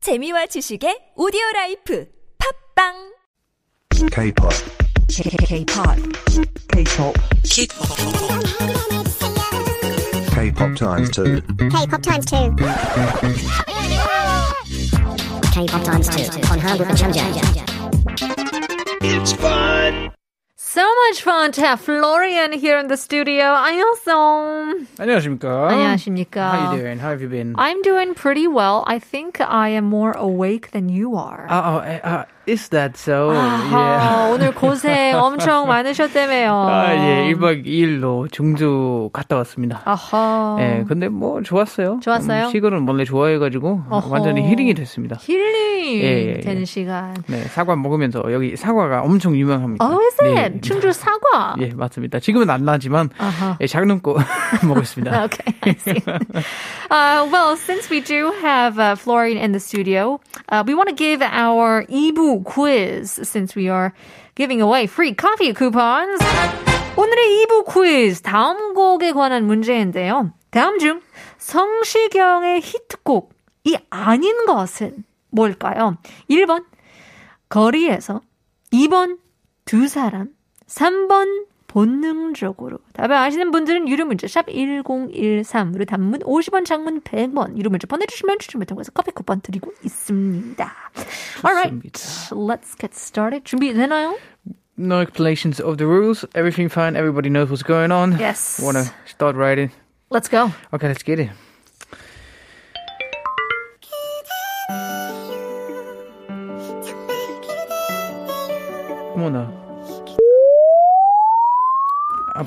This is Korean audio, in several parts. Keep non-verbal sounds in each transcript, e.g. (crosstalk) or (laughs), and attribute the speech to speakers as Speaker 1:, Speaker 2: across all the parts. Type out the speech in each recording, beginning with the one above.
Speaker 1: 재미와 지식의 오디오 라이프 팝빵
Speaker 2: K-pop,
Speaker 3: K-pop, K-pop,
Speaker 2: K-pop times two.
Speaker 4: K-pop times two. K-pop times two on Hamburg Channel.
Speaker 5: So much fun to have Florian here in the studio. I also.
Speaker 6: 안녕하십니까.
Speaker 5: 안녕하십니까.
Speaker 6: How you doing? How have you been?
Speaker 5: I'm doing pretty well. I think I am more awake than you are.
Speaker 6: Uh, oh, uh, uh, is that so? 예.
Speaker 5: 아하, 오늘 고생 엄청 많으셨다며요.
Speaker 6: (laughs) 아, 예, 1박 2일로 중주 갔다 왔습니다.
Speaker 5: 아하.
Speaker 6: 예, 근데 뭐 좋았어요.
Speaker 5: 어. 좋았어요?
Speaker 6: 시골은 원래 좋아해가지고
Speaker 5: 어허.
Speaker 6: 완전히 힐링이 됐습니다.
Speaker 5: 힐링
Speaker 6: 예, 예,
Speaker 5: 되는
Speaker 6: 예.
Speaker 5: 시간.
Speaker 6: 네, 사과 먹으면서 여기 사과가 엄청 유명합니다.
Speaker 5: Oh, is it?
Speaker 6: 네.
Speaker 5: 충주 사과.
Speaker 6: 예, 맞습니다. 지금은 안 나지만
Speaker 5: 아하. 아.
Speaker 6: 예, 작름고 (laughs) 먹고 있습니다.
Speaker 5: (laughs) Okay, I see. uh, well, since we do have uh, Florian in the studio, uh, we want to give our Ibu quiz since we are giving away free coffee coupons. 오늘의 2부 퀴즈 다음 곡에 관한 문제인데요. 다음 중 성시경의 히트곡이 아닌 것은 뭘까요? 1번 거리에서 2번 두 사람 3번 본능적으로 답을 아시는 분들은 유료 문자 샵 1013으로 단문 50원 장문 100원 유료 문자 보내주시면 추첨을 통해서 커피 쿠폰 드리고 있습니다. Alright, let's get started. 준비되나요?
Speaker 6: No explanations of the rules. Everything fine. Everybody knows what's going on.
Speaker 5: Yes.
Speaker 6: Wanna start writing?
Speaker 5: Let's go.
Speaker 6: Okay, let's get it. 어머나. 아.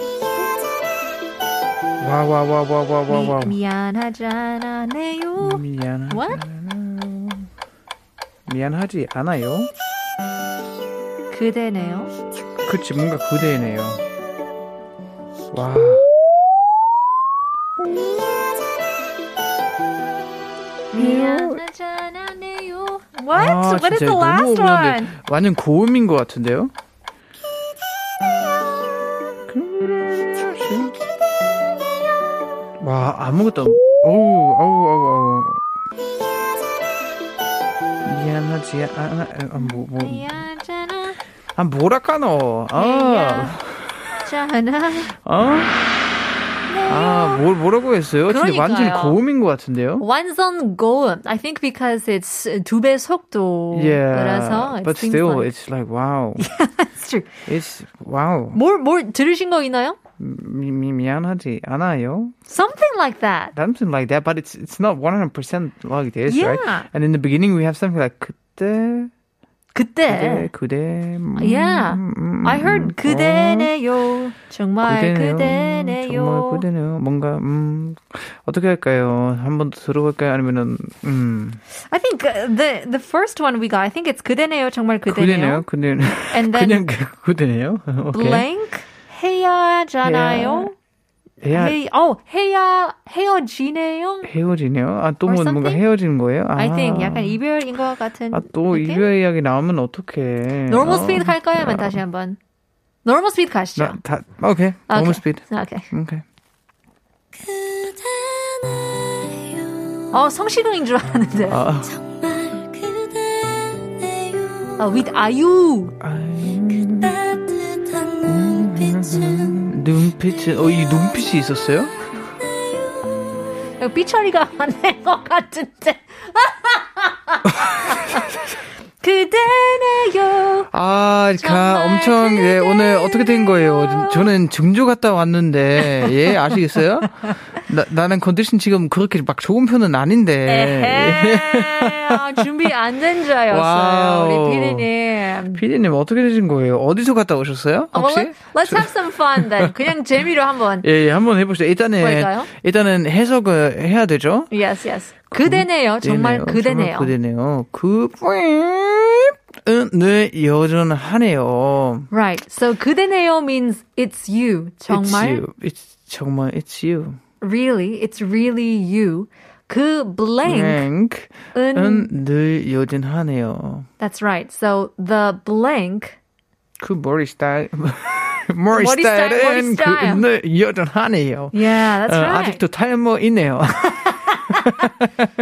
Speaker 6: 와, 와, 와, 와, 와, 와, 와.
Speaker 5: 네, 미, 미안하잖아 내요.
Speaker 6: 음. 미안하,
Speaker 5: What?
Speaker 6: 미안하지 않아요?
Speaker 5: 그대네요.
Speaker 6: 그치, 뭔가 그대네요. 와.
Speaker 5: 음. 미안하잖아 내요. What?
Speaker 6: 아,
Speaker 5: What is
Speaker 6: 진짜
Speaker 5: the
Speaker 6: 이거 너무
Speaker 5: last
Speaker 6: 억울한데.
Speaker 5: one?
Speaker 6: 완전 고음인 것 같은데요? 와 아무것도 안- 어우 어우 어우 어우 미안하지 않아 아, 뭐, 뭐,
Speaker 5: 미안하잖아
Speaker 6: 아 뭐랄까 너아아 어?
Speaker 5: 잖아
Speaker 6: 아, 뭘 뭐라고 했어요? 근데 완전
Speaker 5: 그러니까요.
Speaker 6: 고음인 것 같은데요?
Speaker 5: 완전 고음. I think because it's uh, 두배 속도. 그래서
Speaker 6: Yeah, but
Speaker 5: it seems
Speaker 6: still,
Speaker 5: like-
Speaker 6: it's like wow,
Speaker 5: It's true.
Speaker 6: it's wow.
Speaker 5: 뭘, 뭘 들으신 거 있나요?
Speaker 6: 미, 미, 미안하지 않아요?
Speaker 5: Something like that.
Speaker 6: something like that, but it's it's not one hundred percent like this,
Speaker 5: Yeah.
Speaker 6: right? And in the beginning, we have something like 그때,
Speaker 5: 그때.
Speaker 6: 그대, 그대. 음,
Speaker 5: 네. Yeah.
Speaker 6: 음,
Speaker 5: I heard
Speaker 6: 음,
Speaker 5: 그대네요.
Speaker 6: 어,
Speaker 5: 정말
Speaker 6: 그대네요. 정말
Speaker 5: 그대네요.
Speaker 6: 그대네요. 뭔가 음 어떻게 할까요? 한번 더 들어볼까요? 아니면은 음
Speaker 5: I think uh, the the first one we got. I think it's 그대네요. 정말
Speaker 6: 그대네요.
Speaker 5: 그대네요.
Speaker 6: 근데
Speaker 5: And then
Speaker 6: (laughs) 그냥 그- 그대네요. 오케이.
Speaker 5: blank 헤어잖아요.
Speaker 6: 헤어
Speaker 5: 헤- 어, 헤어 헤어지네요.
Speaker 6: 헤어지네요. 아또
Speaker 5: Or
Speaker 6: 뭔가
Speaker 5: something?
Speaker 6: 헤어지는 거예요? 아,
Speaker 5: I think 약간 이별인 것 같은.
Speaker 6: 아또
Speaker 5: 느낌?
Speaker 6: 이별 이야기 나오면 어떡해
Speaker 5: Normal
Speaker 6: 어.
Speaker 5: speed 갈 거야? 아니면 다시 한번? Normal speed 가시죠.
Speaker 6: 나, 다, 오케이.
Speaker 5: 아, 오케이.
Speaker 6: 너무 스피드.
Speaker 5: 오케이.
Speaker 6: 오케이.
Speaker 5: 어, 성시경인 줄 알았는데.
Speaker 6: 아.
Speaker 5: 아, with 아유.
Speaker 6: 눈빛은 어이 눈빛이 있었어요?
Speaker 5: 이거 삐처리가 안된것 같은데. (laughs) 그대네요.
Speaker 6: 아, 가
Speaker 5: 정말
Speaker 6: 엄청 예
Speaker 5: 그대요.
Speaker 6: 오늘 어떻게 된 거예요? 저는 증조 갔다 왔는데 예 아시겠어요? 나, 나는 컨디션 지금 그렇게 막 좋은 편은
Speaker 5: 네.
Speaker 6: 아닌데.
Speaker 5: 에헤. 아, 준비 안 된 줄 알았어요.
Speaker 6: 와우.
Speaker 5: 우리 피디님.
Speaker 6: 피디님 어떻게 되신 거예요? 어디서 갔다 오셨어요?
Speaker 5: 어,
Speaker 6: 혹시?
Speaker 5: well, let's have some fun then. 그냥 재미로 한번.
Speaker 6: 예, 예, 한번 해보시죠. 일단은
Speaker 5: 뭘까요?
Speaker 6: 일단은 해석을 해야 되죠.
Speaker 5: Yes, yes. 예. 어, 그대네요. 정말 그대네요.
Speaker 6: 그대네요. 정말 그대네요. 그 뿌잉은 늘 여전하네요.
Speaker 5: Right. So 그대네요 means it's you. 정말.
Speaker 6: It's you. It's 정말 it's you.
Speaker 5: Really, it's really you. 그 blank.
Speaker 6: Blank
Speaker 5: 은-
Speaker 6: 은늘 여전하네요.
Speaker 5: That's right. So the blank.
Speaker 6: 그 머리 스타일 (laughs) 머리
Speaker 5: 머리 스타일, 머리
Speaker 6: 스타일은
Speaker 5: 스타일.
Speaker 6: 그늘 여전하네요.
Speaker 5: Yeah, that's
Speaker 6: 어,
Speaker 5: right.
Speaker 6: 아직도 탈모 있네요.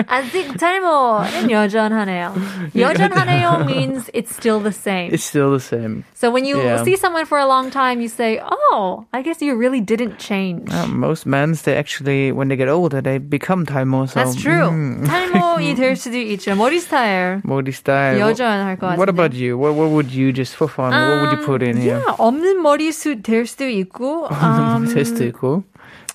Speaker 5: 아직 탈모는 여전하네요. 여전하네요 means it's still the same.
Speaker 6: (laughs) It's still the same.
Speaker 5: So when you
Speaker 6: Yeah.
Speaker 5: see someone for a long time, you say, "Oh, I guess you really didn't change."
Speaker 6: Uh, most men, they actually, when they get older, they become 탈모. So,
Speaker 5: That's true. 탈모이 될 수도 있죠. 머리 스타일.
Speaker 6: Body style.
Speaker 5: 여전할 것 같은데. Um,
Speaker 6: What about you? What, what would you just for fun? what would you put in here?
Speaker 5: Yeah, 없는 머리숱 될 수도 있고. Um,
Speaker 6: (laughs) 테스트 있고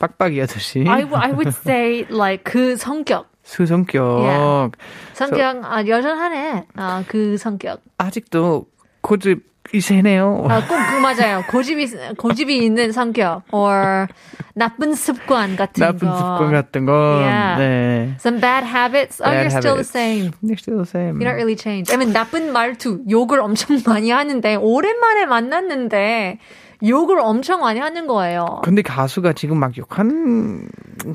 Speaker 6: 빡빡이 아저씨 (laughs)
Speaker 5: I, w- I would say like 그 성격.
Speaker 6: 수성격
Speaker 5: Yeah. 성격 아, 여전하네. 아, 그 성격.
Speaker 6: 아직도 고집이 세네요.
Speaker 5: 아, 꼭그 맞아요. 고집이 있- 고집이 있는 성격 or 나쁜 습관 같은
Speaker 6: (laughs) 나쁜
Speaker 5: 거.
Speaker 6: 습관 같은 거.
Speaker 5: Yeah.
Speaker 6: 네.
Speaker 5: Some bad habits. Oh,
Speaker 6: Bad
Speaker 5: you're still the
Speaker 6: habits.
Speaker 5: same.
Speaker 6: You're still the same.
Speaker 5: You don't really change. I mean, 나쁜 말투, 욕을 엄청 (laughs) 많이 하는데 오랜만에 만났는데 욕을 엄청 많이 하는 거예요.
Speaker 6: 근데 가수가 지금 막 욕하는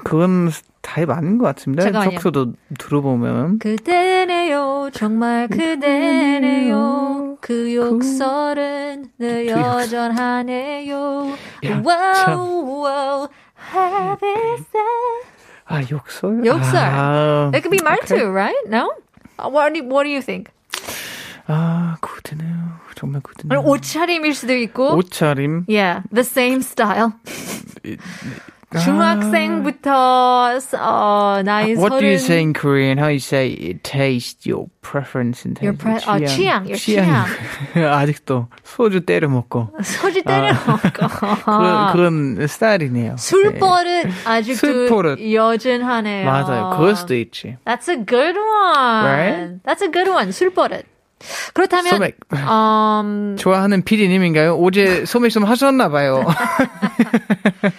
Speaker 6: 그건 타입 아닌 것 같습니다.
Speaker 5: 잠깐만요.
Speaker 6: 적소도 들어보면
Speaker 5: 그대네요, 정말 그대네요. 그 욕설은 늘
Speaker 6: 그 욕설.
Speaker 5: 여전하네요.
Speaker 6: 야,
Speaker 5: 와우, 와우, have it said.
Speaker 6: 아 욕설.
Speaker 5: 그렇죠. 욕설.
Speaker 6: 아,
Speaker 5: It could be 말투, right? No? Uh, What do you, what do you think?
Speaker 6: 아 굳네요. 정말 굳네요.
Speaker 5: 아니, 옷차림일 수도 있고.
Speaker 6: 옷차림.
Speaker 5: Yeah, the same style.
Speaker 6: 아.
Speaker 5: 중학생부터 어, 나이
Speaker 6: What do you say
Speaker 5: 서른
Speaker 6: in Korean? How you say it taste your preference in terms
Speaker 5: Your pre- 아,
Speaker 6: of
Speaker 5: 취향, your
Speaker 6: (laughs) 아직도 소주 때려 먹고
Speaker 5: 소주 때려
Speaker 6: 아. (laughs) 그런,
Speaker 5: 먹고
Speaker 6: 그런 스타일이네요. 네.
Speaker 5: 술버릇 아직도
Speaker 6: 술버릇.
Speaker 5: 여전하네요.
Speaker 6: 맞아요. 그럴 수도 있지.
Speaker 5: That's a good one.
Speaker 6: Right?
Speaker 5: That's a good one. 술버릇. 그렇다면
Speaker 6: 소맥. (laughs)
Speaker 5: 음,
Speaker 6: 좋아하는 피디님인가요? 어제 소맥 좀
Speaker 5: (laughs)
Speaker 6: 하셨나 봐요.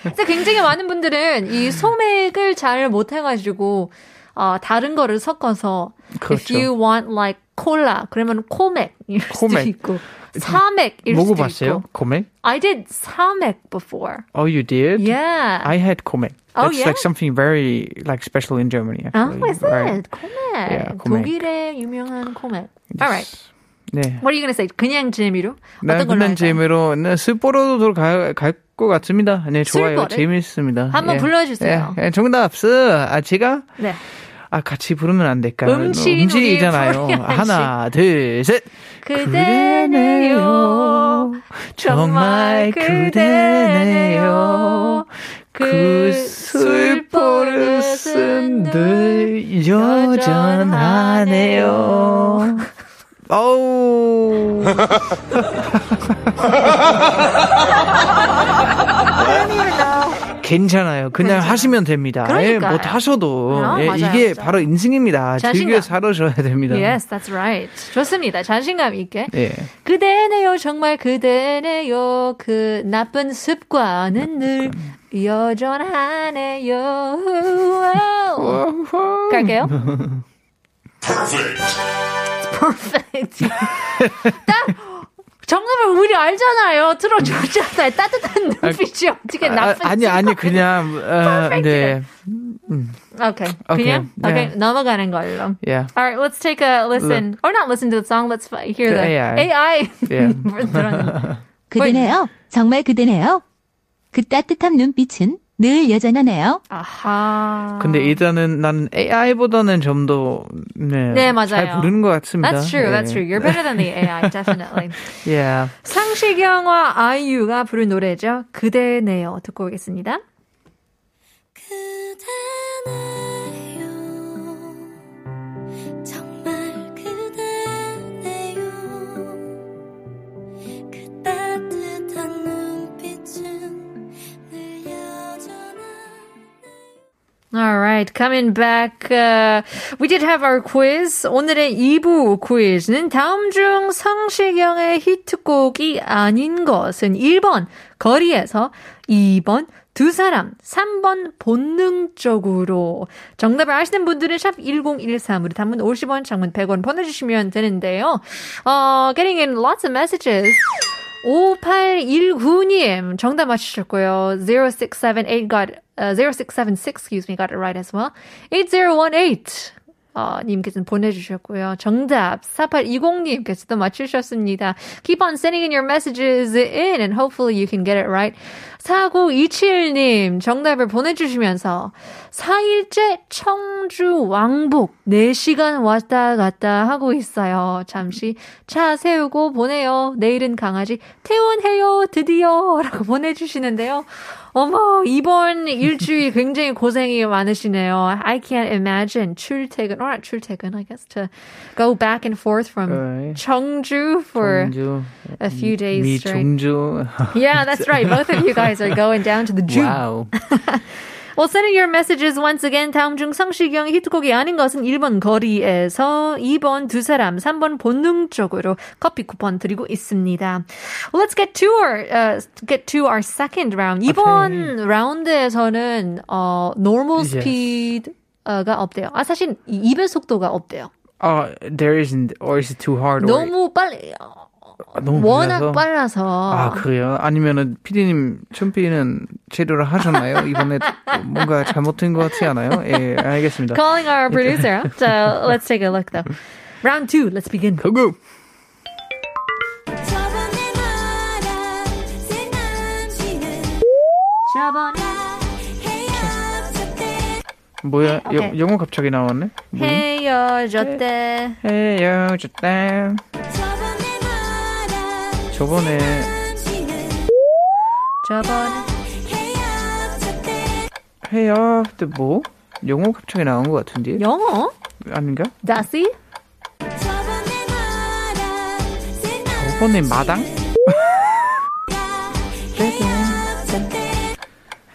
Speaker 5: 근데 굉장히 많은 분들은 이 소맥을 잘 못해가지고 어, 다른 거를 섞어서 If
Speaker 6: 그렇죠.
Speaker 5: you want like 콜라 그러면 코맥일 수도
Speaker 6: 코맥. 음,
Speaker 5: 있고 사맥일 수도
Speaker 6: 먹어봤어요?
Speaker 5: 있고
Speaker 6: 코맥?
Speaker 5: I did 사맥 before.
Speaker 6: Oh, you did?
Speaker 5: Yeah.
Speaker 6: I had comic.
Speaker 5: Oh,
Speaker 6: That's
Speaker 5: yeah?
Speaker 6: like something very like special in Germany. Actually.
Speaker 5: oh, is
Speaker 6: 음, Right.
Speaker 5: it? 코맥.
Speaker 6: Yeah, 코맥.
Speaker 5: 독일의 유명한 코맥. Alright.
Speaker 6: 네.
Speaker 5: What are you gonna say? 그냥 재미로?
Speaker 6: 난
Speaker 5: 어떤 걸로
Speaker 6: 그냥
Speaker 5: 할까요?
Speaker 6: 재미로 네, 슬보로도 갈것 같습니다. 네, 좋아요.
Speaker 5: 슬보를?
Speaker 6: 재밌습니다.
Speaker 5: 한번
Speaker 6: 예.
Speaker 5: 불러주세요.
Speaker 6: 예, 예, 정답, 쓰. 아, 제가?
Speaker 5: 네.
Speaker 6: 아, 같이 부르면 안 될까요?
Speaker 5: 음치인
Speaker 6: 음치이잖아요.
Speaker 5: 우리 프로야,
Speaker 6: 하나, 둘, 셋.
Speaker 5: 그대네요. 정말 그대네요.
Speaker 6: 그
Speaker 5: 그
Speaker 6: 슬퍼릇은
Speaker 5: 슬퍼릇은
Speaker 6: 늘 여전하네요.
Speaker 5: 여전하네요.
Speaker 6: 어우. (laughs) 괜찮아요. 그냥 하시면 됩니다. 예,
Speaker 5: 그러니까요.
Speaker 6: 못 하셔도
Speaker 5: 어,
Speaker 6: 예,
Speaker 5: 맞아요, 맞아요.
Speaker 6: 이게 바로 인생입니다. 즐겨
Speaker 5: 자신감.
Speaker 6: 살아셔야 됩니다.
Speaker 5: Yes, that's right. 좋습니다. 자신감 있게.
Speaker 6: 예.
Speaker 5: 그대네요, 정말 그대네요. 그 나쁜 습관은 늘 (laughs) 여전하네요. 와우.
Speaker 6: 그러니까
Speaker 5: 갈게요. Perfect. It's perfect. 딱 정답을 우리 알잖아요. 들어줬잖아요. 따뜻한 눈빛이 어떻게
Speaker 6: 아,
Speaker 5: 나쁜
Speaker 6: 아니 아니 그냥 어, 네.
Speaker 5: Okay.
Speaker 6: Okay,
Speaker 5: 그냥
Speaker 6: yeah.
Speaker 5: okay. 넘어가는 걸로.
Speaker 6: Yeah.
Speaker 5: All right, let's take a listen. Or not listen to the song. Let's fi- hear
Speaker 6: The
Speaker 5: the (laughs)
Speaker 6: AI.
Speaker 5: AI.
Speaker 6: Yeah.
Speaker 5: (laughs) 들었는데.
Speaker 7: 그대네요. 정말 그대네요. 그 따뜻한 눈빛은 늘 여전하네요.
Speaker 5: 아하.
Speaker 6: 근데 일단은 난 AI보다는 좀 더 네,
Speaker 5: 네, 맞아요.
Speaker 6: 잘 부르는 것 같습니다.
Speaker 5: That's true.
Speaker 6: 예.
Speaker 5: That's true. You're better than the
Speaker 6: (laughs)
Speaker 5: AI, definitely.
Speaker 6: Yeah.
Speaker 5: 상시경과 아이유가 부른 노래죠. 그대네요. 듣고 오겠습니다.
Speaker 8: 그대네요 정말 그대네요 그 따뜻한 눈빛은 늘 여전한
Speaker 5: All right, coming back. Uh, we did have our quiz. 오늘의 2부 quiz는 다음 중 성시경의 히트곡이 아닌 것은 1번 거리에서 2번 두 사람, 3번 본능적으로. 정답을 아시는 분들은 샵 1013으로 단문 50원, 장문 100원 보내주시면 되는데요. 어, getting in lots of messages. 5819님 정답 맞히셨고요. 0678 got uh, 0676 excuse me got it right as well. 8018 어, 님께서 보내주셨고요. 정답 4820님께서도 맞추셨습니다. Keep on sending in your messages in and hopefully you can get it right. 4927님 정답을 보내주시면서 4일째 청주 왕복 4시간 왔다 갔다 하고 있어요. 잠시 차 세우고 보내요. 내일은 강아지 퇴원해요. 드디어 라고 보내주시는데요. 어머, 이번 일주일 굉장히 고생이 많으시네요. I can't imagine 출퇴근, or not 출퇴근, I guess, to go back and forth from
Speaker 6: Right.
Speaker 5: Cheongju for
Speaker 6: 종주.
Speaker 5: a few days
Speaker 6: 네. 미
Speaker 5: straight. (laughs)
Speaker 6: 종주.
Speaker 5: Yeah, that's right. Both of you guys are going down to the Jew.
Speaker 6: 와우.
Speaker 5: Well, sending your messages once again. 다음 중 성시경의 히트곡이 아닌 것은 1번 거리에서 2번 두 사람, 3번 본능적으로 커피 쿠폰 드리고 있습니다. Let's get to our uh, get to our second round. 이번 라운드에서는 어 normal
Speaker 6: Yes.
Speaker 5: speed 가 없대요. 아 사실 이 이별 속도가 없대요.
Speaker 6: 어, there isn't, or is it too hard? or-
Speaker 5: 너무 빨리 어,
Speaker 6: 아, 너무
Speaker 5: 워낙
Speaker 6: 빨라서?
Speaker 5: 빨라서
Speaker 6: 아 그래요? 아니면은 피디님 춘피는 체류를 하셨나요? 이번에 뭔가 잘못된 것 같지 않아요? 예, 알겠습니다.
Speaker 5: calling
Speaker 6: (laughs)
Speaker 5: our producer. so let's take a look though. Round two, let's begin.
Speaker 6: 고급.
Speaker 8: 저번에 말한 남친은 헤어졌을 때
Speaker 6: 뭐야?
Speaker 5: 네, 오케이.
Speaker 6: 여, 영어 갑자기 나왔네.
Speaker 5: 음. 그 헤어졌대.
Speaker 6: 헤요 좋다.
Speaker 8: 저번에 말한
Speaker 6: 저번에
Speaker 8: 남친은
Speaker 5: 저번에
Speaker 8: 헤어졌을 때
Speaker 6: 헤요 때 뭐? 영어 갑자기 나온 것 같은데?
Speaker 5: 영어?
Speaker 6: 아닌가?
Speaker 5: 다시?
Speaker 8: 저번에 말한
Speaker 6: 저번에 (laughs) 마당?
Speaker 8: 헤어졌을 때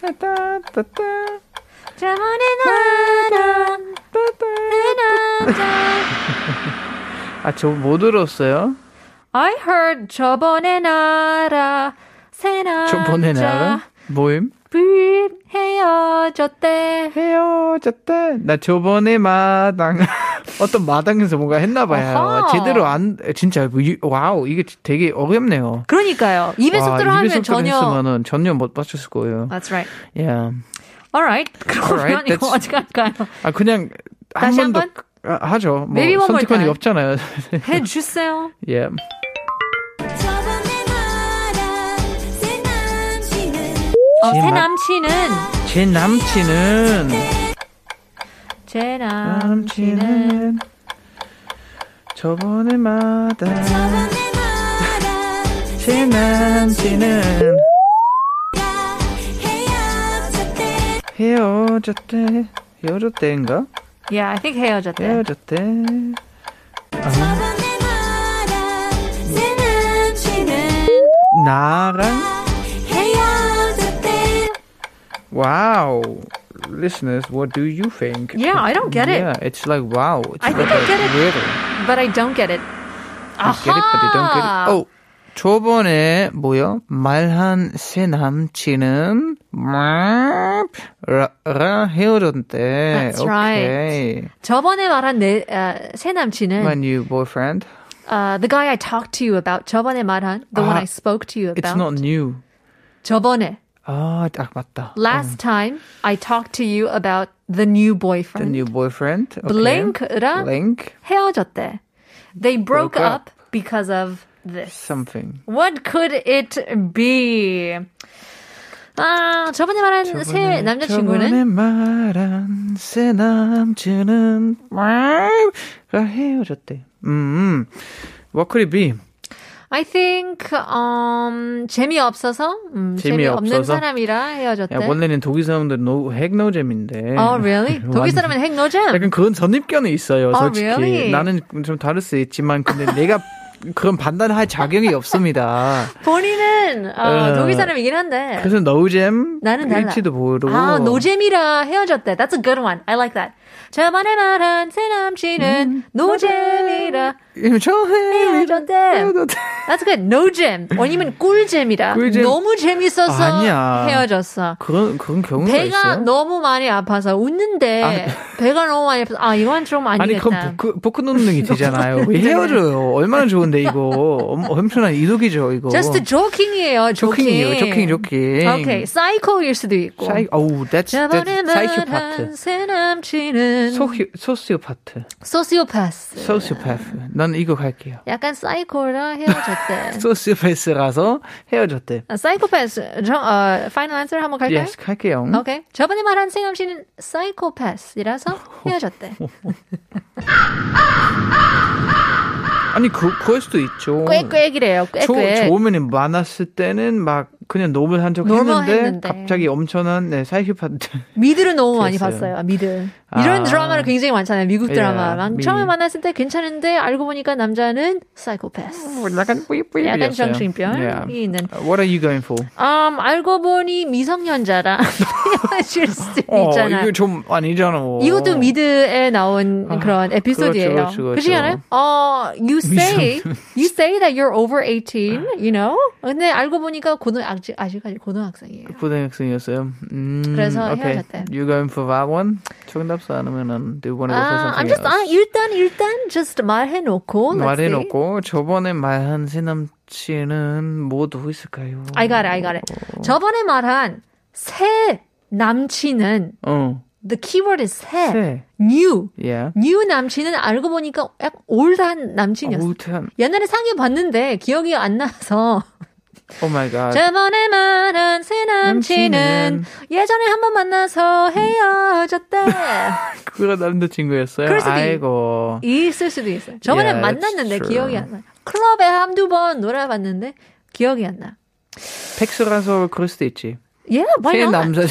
Speaker 6: 따따따.
Speaker 5: 저번에 나랑
Speaker 6: 아저 뭐 들었어요?
Speaker 5: I heard 저번에 나라 새 남자
Speaker 6: 저번에 나라 모임
Speaker 5: 불 헤어졌대
Speaker 6: 헤어졌다. 나 저번에 마당 (laughs) 어떤 마당에서 뭔가 했나봐요.
Speaker 5: 아하.
Speaker 6: 제대로 안 진짜 뭐 이- 와우 이게 되게 어렵네요.
Speaker 5: 그러니까요 아, 입에
Speaker 6: 와,
Speaker 5: 속도로
Speaker 6: 입에
Speaker 5: 하면
Speaker 6: 속도로
Speaker 5: 전혀
Speaker 6: 했으면은 전혀 못 맞췄을 거예요.
Speaker 5: That's right
Speaker 6: Yeah.
Speaker 5: Alright 그러면
Speaker 6: Alright,
Speaker 5: 이거
Speaker 6: that's-
Speaker 5: 어떻게 할까요?
Speaker 6: 아 그냥 한
Speaker 5: 다시
Speaker 6: 번더
Speaker 5: 한
Speaker 6: 하죠. 뭐
Speaker 5: Maybe one more
Speaker 6: 선택권이
Speaker 5: time.
Speaker 6: 없잖아요.
Speaker 5: (laughs)
Speaker 6: (laughs)
Speaker 5: 해주세요
Speaker 6: 예.
Speaker 8: 저번에 말한 새 남친은
Speaker 5: 어,
Speaker 6: 제
Speaker 5: 새
Speaker 6: 남-
Speaker 5: 남친은
Speaker 6: 제 남친은
Speaker 5: 제 남친은
Speaker 6: 남친은 저번에 마당 제 남친은 헤어졌대 헤어졌대인가?
Speaker 5: Yeah I think 헤어졌대
Speaker 6: 헤어졌대 나랑 와우 Listeners, what do you think?
Speaker 5: Yeah, I don't get it.
Speaker 6: Yeah, it's like wow. It's
Speaker 5: I think
Speaker 6: like
Speaker 5: I get
Speaker 6: a
Speaker 5: it.
Speaker 6: riddle.
Speaker 5: But I don't get it
Speaker 6: You get it, but you don't get
Speaker 5: 아하.
Speaker 6: it. Oh, 저번에 뭐요? 말한 새 남친은 랑 헤어졌대.
Speaker 5: That's right.
Speaker 6: Okay.
Speaker 5: 저번에 말한 내, 아, 새 남친은
Speaker 6: My new boyfriend.
Speaker 5: uh, the guy I talked to you about 저번에 말한 the one
Speaker 6: 아,
Speaker 5: I spoke to you about
Speaker 6: It's not new.
Speaker 5: 저번에
Speaker 6: 아, 딱 맞다.
Speaker 5: last time I talked to you about the new
Speaker 6: The
Speaker 5: boyfriend
Speaker 6: new boyfriend. Okay.
Speaker 5: Blank랑
Speaker 6: Blank.
Speaker 5: 헤어졌대 they broke,
Speaker 6: Broke
Speaker 5: up.
Speaker 6: up.
Speaker 5: because of this
Speaker 6: Something.
Speaker 5: what could it be 아 저번에 말한 새
Speaker 6: 저번에
Speaker 5: 남자친구는
Speaker 6: 말한 새 남친은 랑 헤어졌대. 음, what could it be?
Speaker 5: I think um, 재미없어서 음, 재미없는
Speaker 6: 재미없어서?
Speaker 5: 사람이라 헤어졌대
Speaker 6: 야, 원래는 독일 사람들 노, 핵노잼인데.
Speaker 5: Oh really? 독일 사람은 핵노잼?
Speaker 6: 약간 네, 아, 그런 선입견이 있어요,
Speaker 5: 아,
Speaker 6: 솔직히.
Speaker 5: really?
Speaker 6: 나는 좀 다를 수 있지만, 근데 내가 그런 판단할 자격이 없습니다.
Speaker 5: 본인은 어,
Speaker 6: 어.
Speaker 5: 독일 사람이긴 한데.
Speaker 6: 그래서 노잼?
Speaker 5: 나는 달라.
Speaker 6: 일지도 모르고.
Speaker 5: 아, 노잼이라 헤어졌대. That's a good one. I like that. 저번에 말한 새
Speaker 6: 음,
Speaker 5: 남친은 노잼이라
Speaker 6: 이미 처음에
Speaker 5: 헤어졌대.
Speaker 6: 헤어졌대.
Speaker 5: That's good. 노잼. 아니면 꿀잼이라.
Speaker 6: 꿀잼.
Speaker 5: 너무 재밌어서
Speaker 6: 아니야.
Speaker 5: 헤어졌어.
Speaker 6: 그런, 그런 경우가
Speaker 5: 배가
Speaker 6: 있어요. 네.
Speaker 5: 너무 많이 아파서 웃는데 배가 너무 많이 아파서 아 이건 좀 아니겠다.
Speaker 6: 그, (laughs) 아니, 그건 복근, 복근 운동이 되잖아요. 왜 헤어져요? 얼마나 건데 이거 엄- 엄청난 이득이죠 이거.
Speaker 5: Just joking이에요. 조킹.
Speaker 6: 조킹이에요. 조킹 조킹.
Speaker 5: 오케이. 사이코일 수도 있고.
Speaker 6: 사이 어우 that's
Speaker 5: 저번에
Speaker 6: that's
Speaker 5: 말한
Speaker 6: 사이코파트.
Speaker 5: 새 남친은
Speaker 6: 소시 소시오파트.
Speaker 5: 소시오파스.
Speaker 6: 소시오파트. 난 이거 갈게요.
Speaker 5: 약간 사이코랑 헤어졌대.
Speaker 6: (laughs) 소시오패스라서 헤어졌대.
Speaker 5: 아, 사이코패스. 저, 어, 파이널 안서 한번 갈까요? 어.
Speaker 6: 예스 갈게요.
Speaker 5: 오케이. 저번에 말한 생남 씨는
Speaker 6: (laughs)
Speaker 5: 사이코패스이라서 헤어졌대.
Speaker 6: 아니 그 그럴 수도 있죠.
Speaker 5: 꽥꽥이래요.
Speaker 6: 초,
Speaker 5: 꽥꽥.
Speaker 6: 처음에는 많았을 때는 막 그냥 노멀 한적
Speaker 5: 노멀
Speaker 6: 했는데,
Speaker 5: 했는데.
Speaker 6: 갑자기 엄청난 네, 사이코파트
Speaker 5: 미드를 너무 많이
Speaker 6: 됐어요.
Speaker 5: 봤어요. 아, 미드. 이런
Speaker 6: 아.
Speaker 5: 드라마를 굉장히 많잖아요. 미국
Speaker 6: 예,
Speaker 5: 드라마. 막
Speaker 6: 미-
Speaker 5: 처음에 만났을 때 괜찮은데 알고 보니까 남자는 사이코패스.
Speaker 6: 약간
Speaker 5: (laughs)
Speaker 6: 뿌이뿌이
Speaker 5: 약간 정신병이 있는.
Speaker 6: What are you going for?
Speaker 5: 음, 알고 보니 미성년자라 (laughs)
Speaker 6: (laughs)
Speaker 5: 헤어질 수도
Speaker 6: 어,
Speaker 5: 있잖아.
Speaker 6: 이거 좀 아니잖아. 뭐.
Speaker 5: 이것도 미드에 나온
Speaker 6: 어. 아,
Speaker 5: 그런 에피소드예요.
Speaker 6: 그렇죠, 그렇죠,
Speaker 5: 그렇지
Speaker 6: 그렇죠.
Speaker 5: 않아요? 어, you say, you say that you're over 18, you know? 근데 알고 보니까 고등 아직 아직까지 고등학생이에요.
Speaker 6: 고등학생이었어요. 음,
Speaker 5: 그래서
Speaker 6: okay.
Speaker 5: 헤어졌대요.
Speaker 6: You going for that one? 정답사 아니면은 do you want to go for
Speaker 5: 아, I'm
Speaker 6: something
Speaker 5: just, 아,
Speaker 6: else?
Speaker 5: 일단 일단 just 말해놓고 let's see.
Speaker 6: 말해놓고 저번에 말한 새남친은 뭐 누구 있을까요?
Speaker 5: I got it, I got it. 저번에 말한 새 남친은
Speaker 6: 어,
Speaker 5: the keyword is 새,
Speaker 6: 새. 예.
Speaker 5: new.
Speaker 6: Yeah.
Speaker 5: new 남친은 알고 보니까 약간 올드한 남친이었어. 요
Speaker 6: 아, 올드한.
Speaker 5: 옛날에 상해 봤는데 기억이 안 나서
Speaker 6: Oh my god.
Speaker 5: 저번에 말한 새 남친은
Speaker 6: 남친은
Speaker 5: 예전에 한 번 만나서
Speaker 6: (laughs)
Speaker 5: 헤어졌대.
Speaker 6: 그가 남자친구였어요?
Speaker 5: 그럴 수도 있-
Speaker 6: 아이고.
Speaker 5: 있을 수도 있어요. 저번에
Speaker 6: Yeah, that's
Speaker 5: 만났는데
Speaker 6: true.
Speaker 5: 기억이 안 나. 클럽에 한두 번 놀아봤는데 기억이 안 나.
Speaker 6: 팩스라서 그럴 수도 있지.
Speaker 5: Yeah, why
Speaker 6: 새
Speaker 5: not?
Speaker 6: 남자.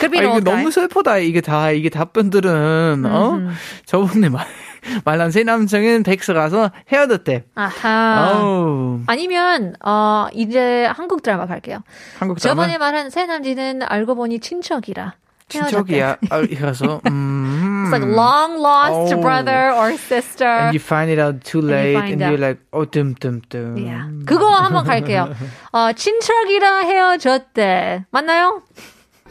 Speaker 5: Could be
Speaker 6: 아,
Speaker 5: an
Speaker 6: 이거
Speaker 5: old guy. 음,
Speaker 6: 너무 슬프다. 이게 다, 이게 답변들은, 어? 저번에 말, (laughs) 말한 새 남성은 팩스라서 헤어졌대.
Speaker 5: 아하.
Speaker 6: 아우.
Speaker 5: 아니면 어 이제 한국 드라마 갈게요.
Speaker 6: 한국 드라마.
Speaker 5: 저번에 말한 새 남친은 알고 보니 친척이라. 헤어졌대.
Speaker 6: 친척이야. 아,
Speaker 5: (laughs)
Speaker 6: 이래서, 음.
Speaker 5: It's like long lost
Speaker 6: Oh.
Speaker 5: brother or sister.
Speaker 6: And you find it out too
Speaker 5: you
Speaker 6: late,
Speaker 5: find
Speaker 6: and,
Speaker 5: out.
Speaker 6: you're like, oh, 듬, 듬, 듬.
Speaker 5: Yeah. 그거 한번 갈게요. 어, 친척이라 헤어졌대. 맞나요? (laughs)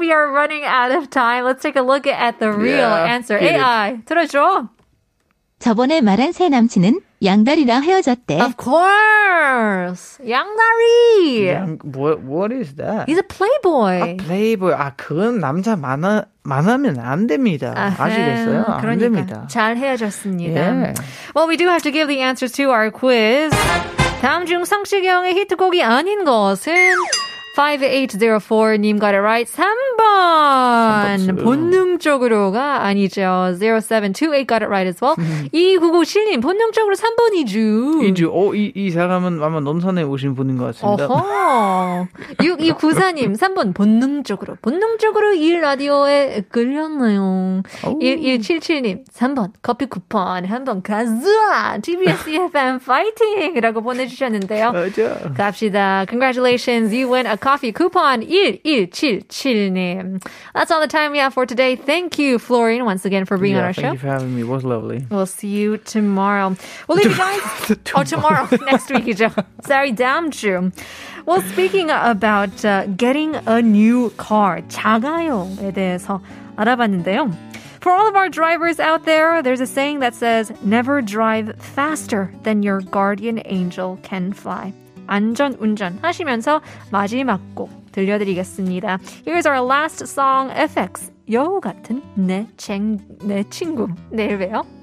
Speaker 5: We are running out of time. Let's take a look at the real
Speaker 6: Yeah,
Speaker 5: answer.
Speaker 6: get it.
Speaker 5: AI. 들어줘.
Speaker 7: 저번에 말한 새 남친은 양다리랑 헤어졌대.
Speaker 8: 아,
Speaker 5: Of course. 양다리.
Speaker 6: Young- What, 뭐, what is that?
Speaker 5: He's a playboy.
Speaker 6: 플레이보이 아 그건 남자 만하 만하면 안 됩니다. 아시겠어요?
Speaker 5: 아흠,
Speaker 6: 안
Speaker 5: 그러니까.
Speaker 6: 됩니다.
Speaker 5: 잘 헤어졌습니다.
Speaker 6: 예.
Speaker 5: Well, we do have to give the answers to our quiz. 다음 중 성시경의 히트곡이 아닌 것은 5804님 got it right. 3번.
Speaker 6: 삼번째.
Speaker 5: 본능적으로가 아니죠. 0728 got it right as
Speaker 6: (laughs)
Speaker 5: well. 2997님, 본능적으로 3번이죠.
Speaker 6: 이제 어, 오이 이 사람은 아마 논산에 오신 분인 것 같습니다.
Speaker 5: 어허. 6294님, 3번, 본능적으로. 본능적으로 이 라디오에 끌렸나요?
Speaker 6: 어우.
Speaker 5: 1177님, 3번, 커피 쿠폰, 한번 가즈아! TBS EFM 파이팅! 이라고 보내주셨는데요.
Speaker 6: 어. 맞아.
Speaker 5: 갑시다. Congratulations. You win a coffee coupon 1177님. That's all the time we have for today. Thank you, Florine, once again for being on
Speaker 6: Yeah,
Speaker 5: our
Speaker 6: thank
Speaker 5: show.
Speaker 6: you for having me. It was lovely.
Speaker 5: We'll see you tomorrow. We'll leave you guys. oh, tomorrow. (laughs) Next week, 이죠. Sorry, 다음 주. Well, speaking about uh, getting a new car, 자가용에 대해서 알아봤는데요. For all of our drivers out there, there's a saying that says, never drive faster than your guardian angel can fly. 안전 운전 하시면서 마지막 곡 들려드리겠습니다. Here's our last song, FX. 여우 같은 내, 쟁, 내 친구. 내일 봬요.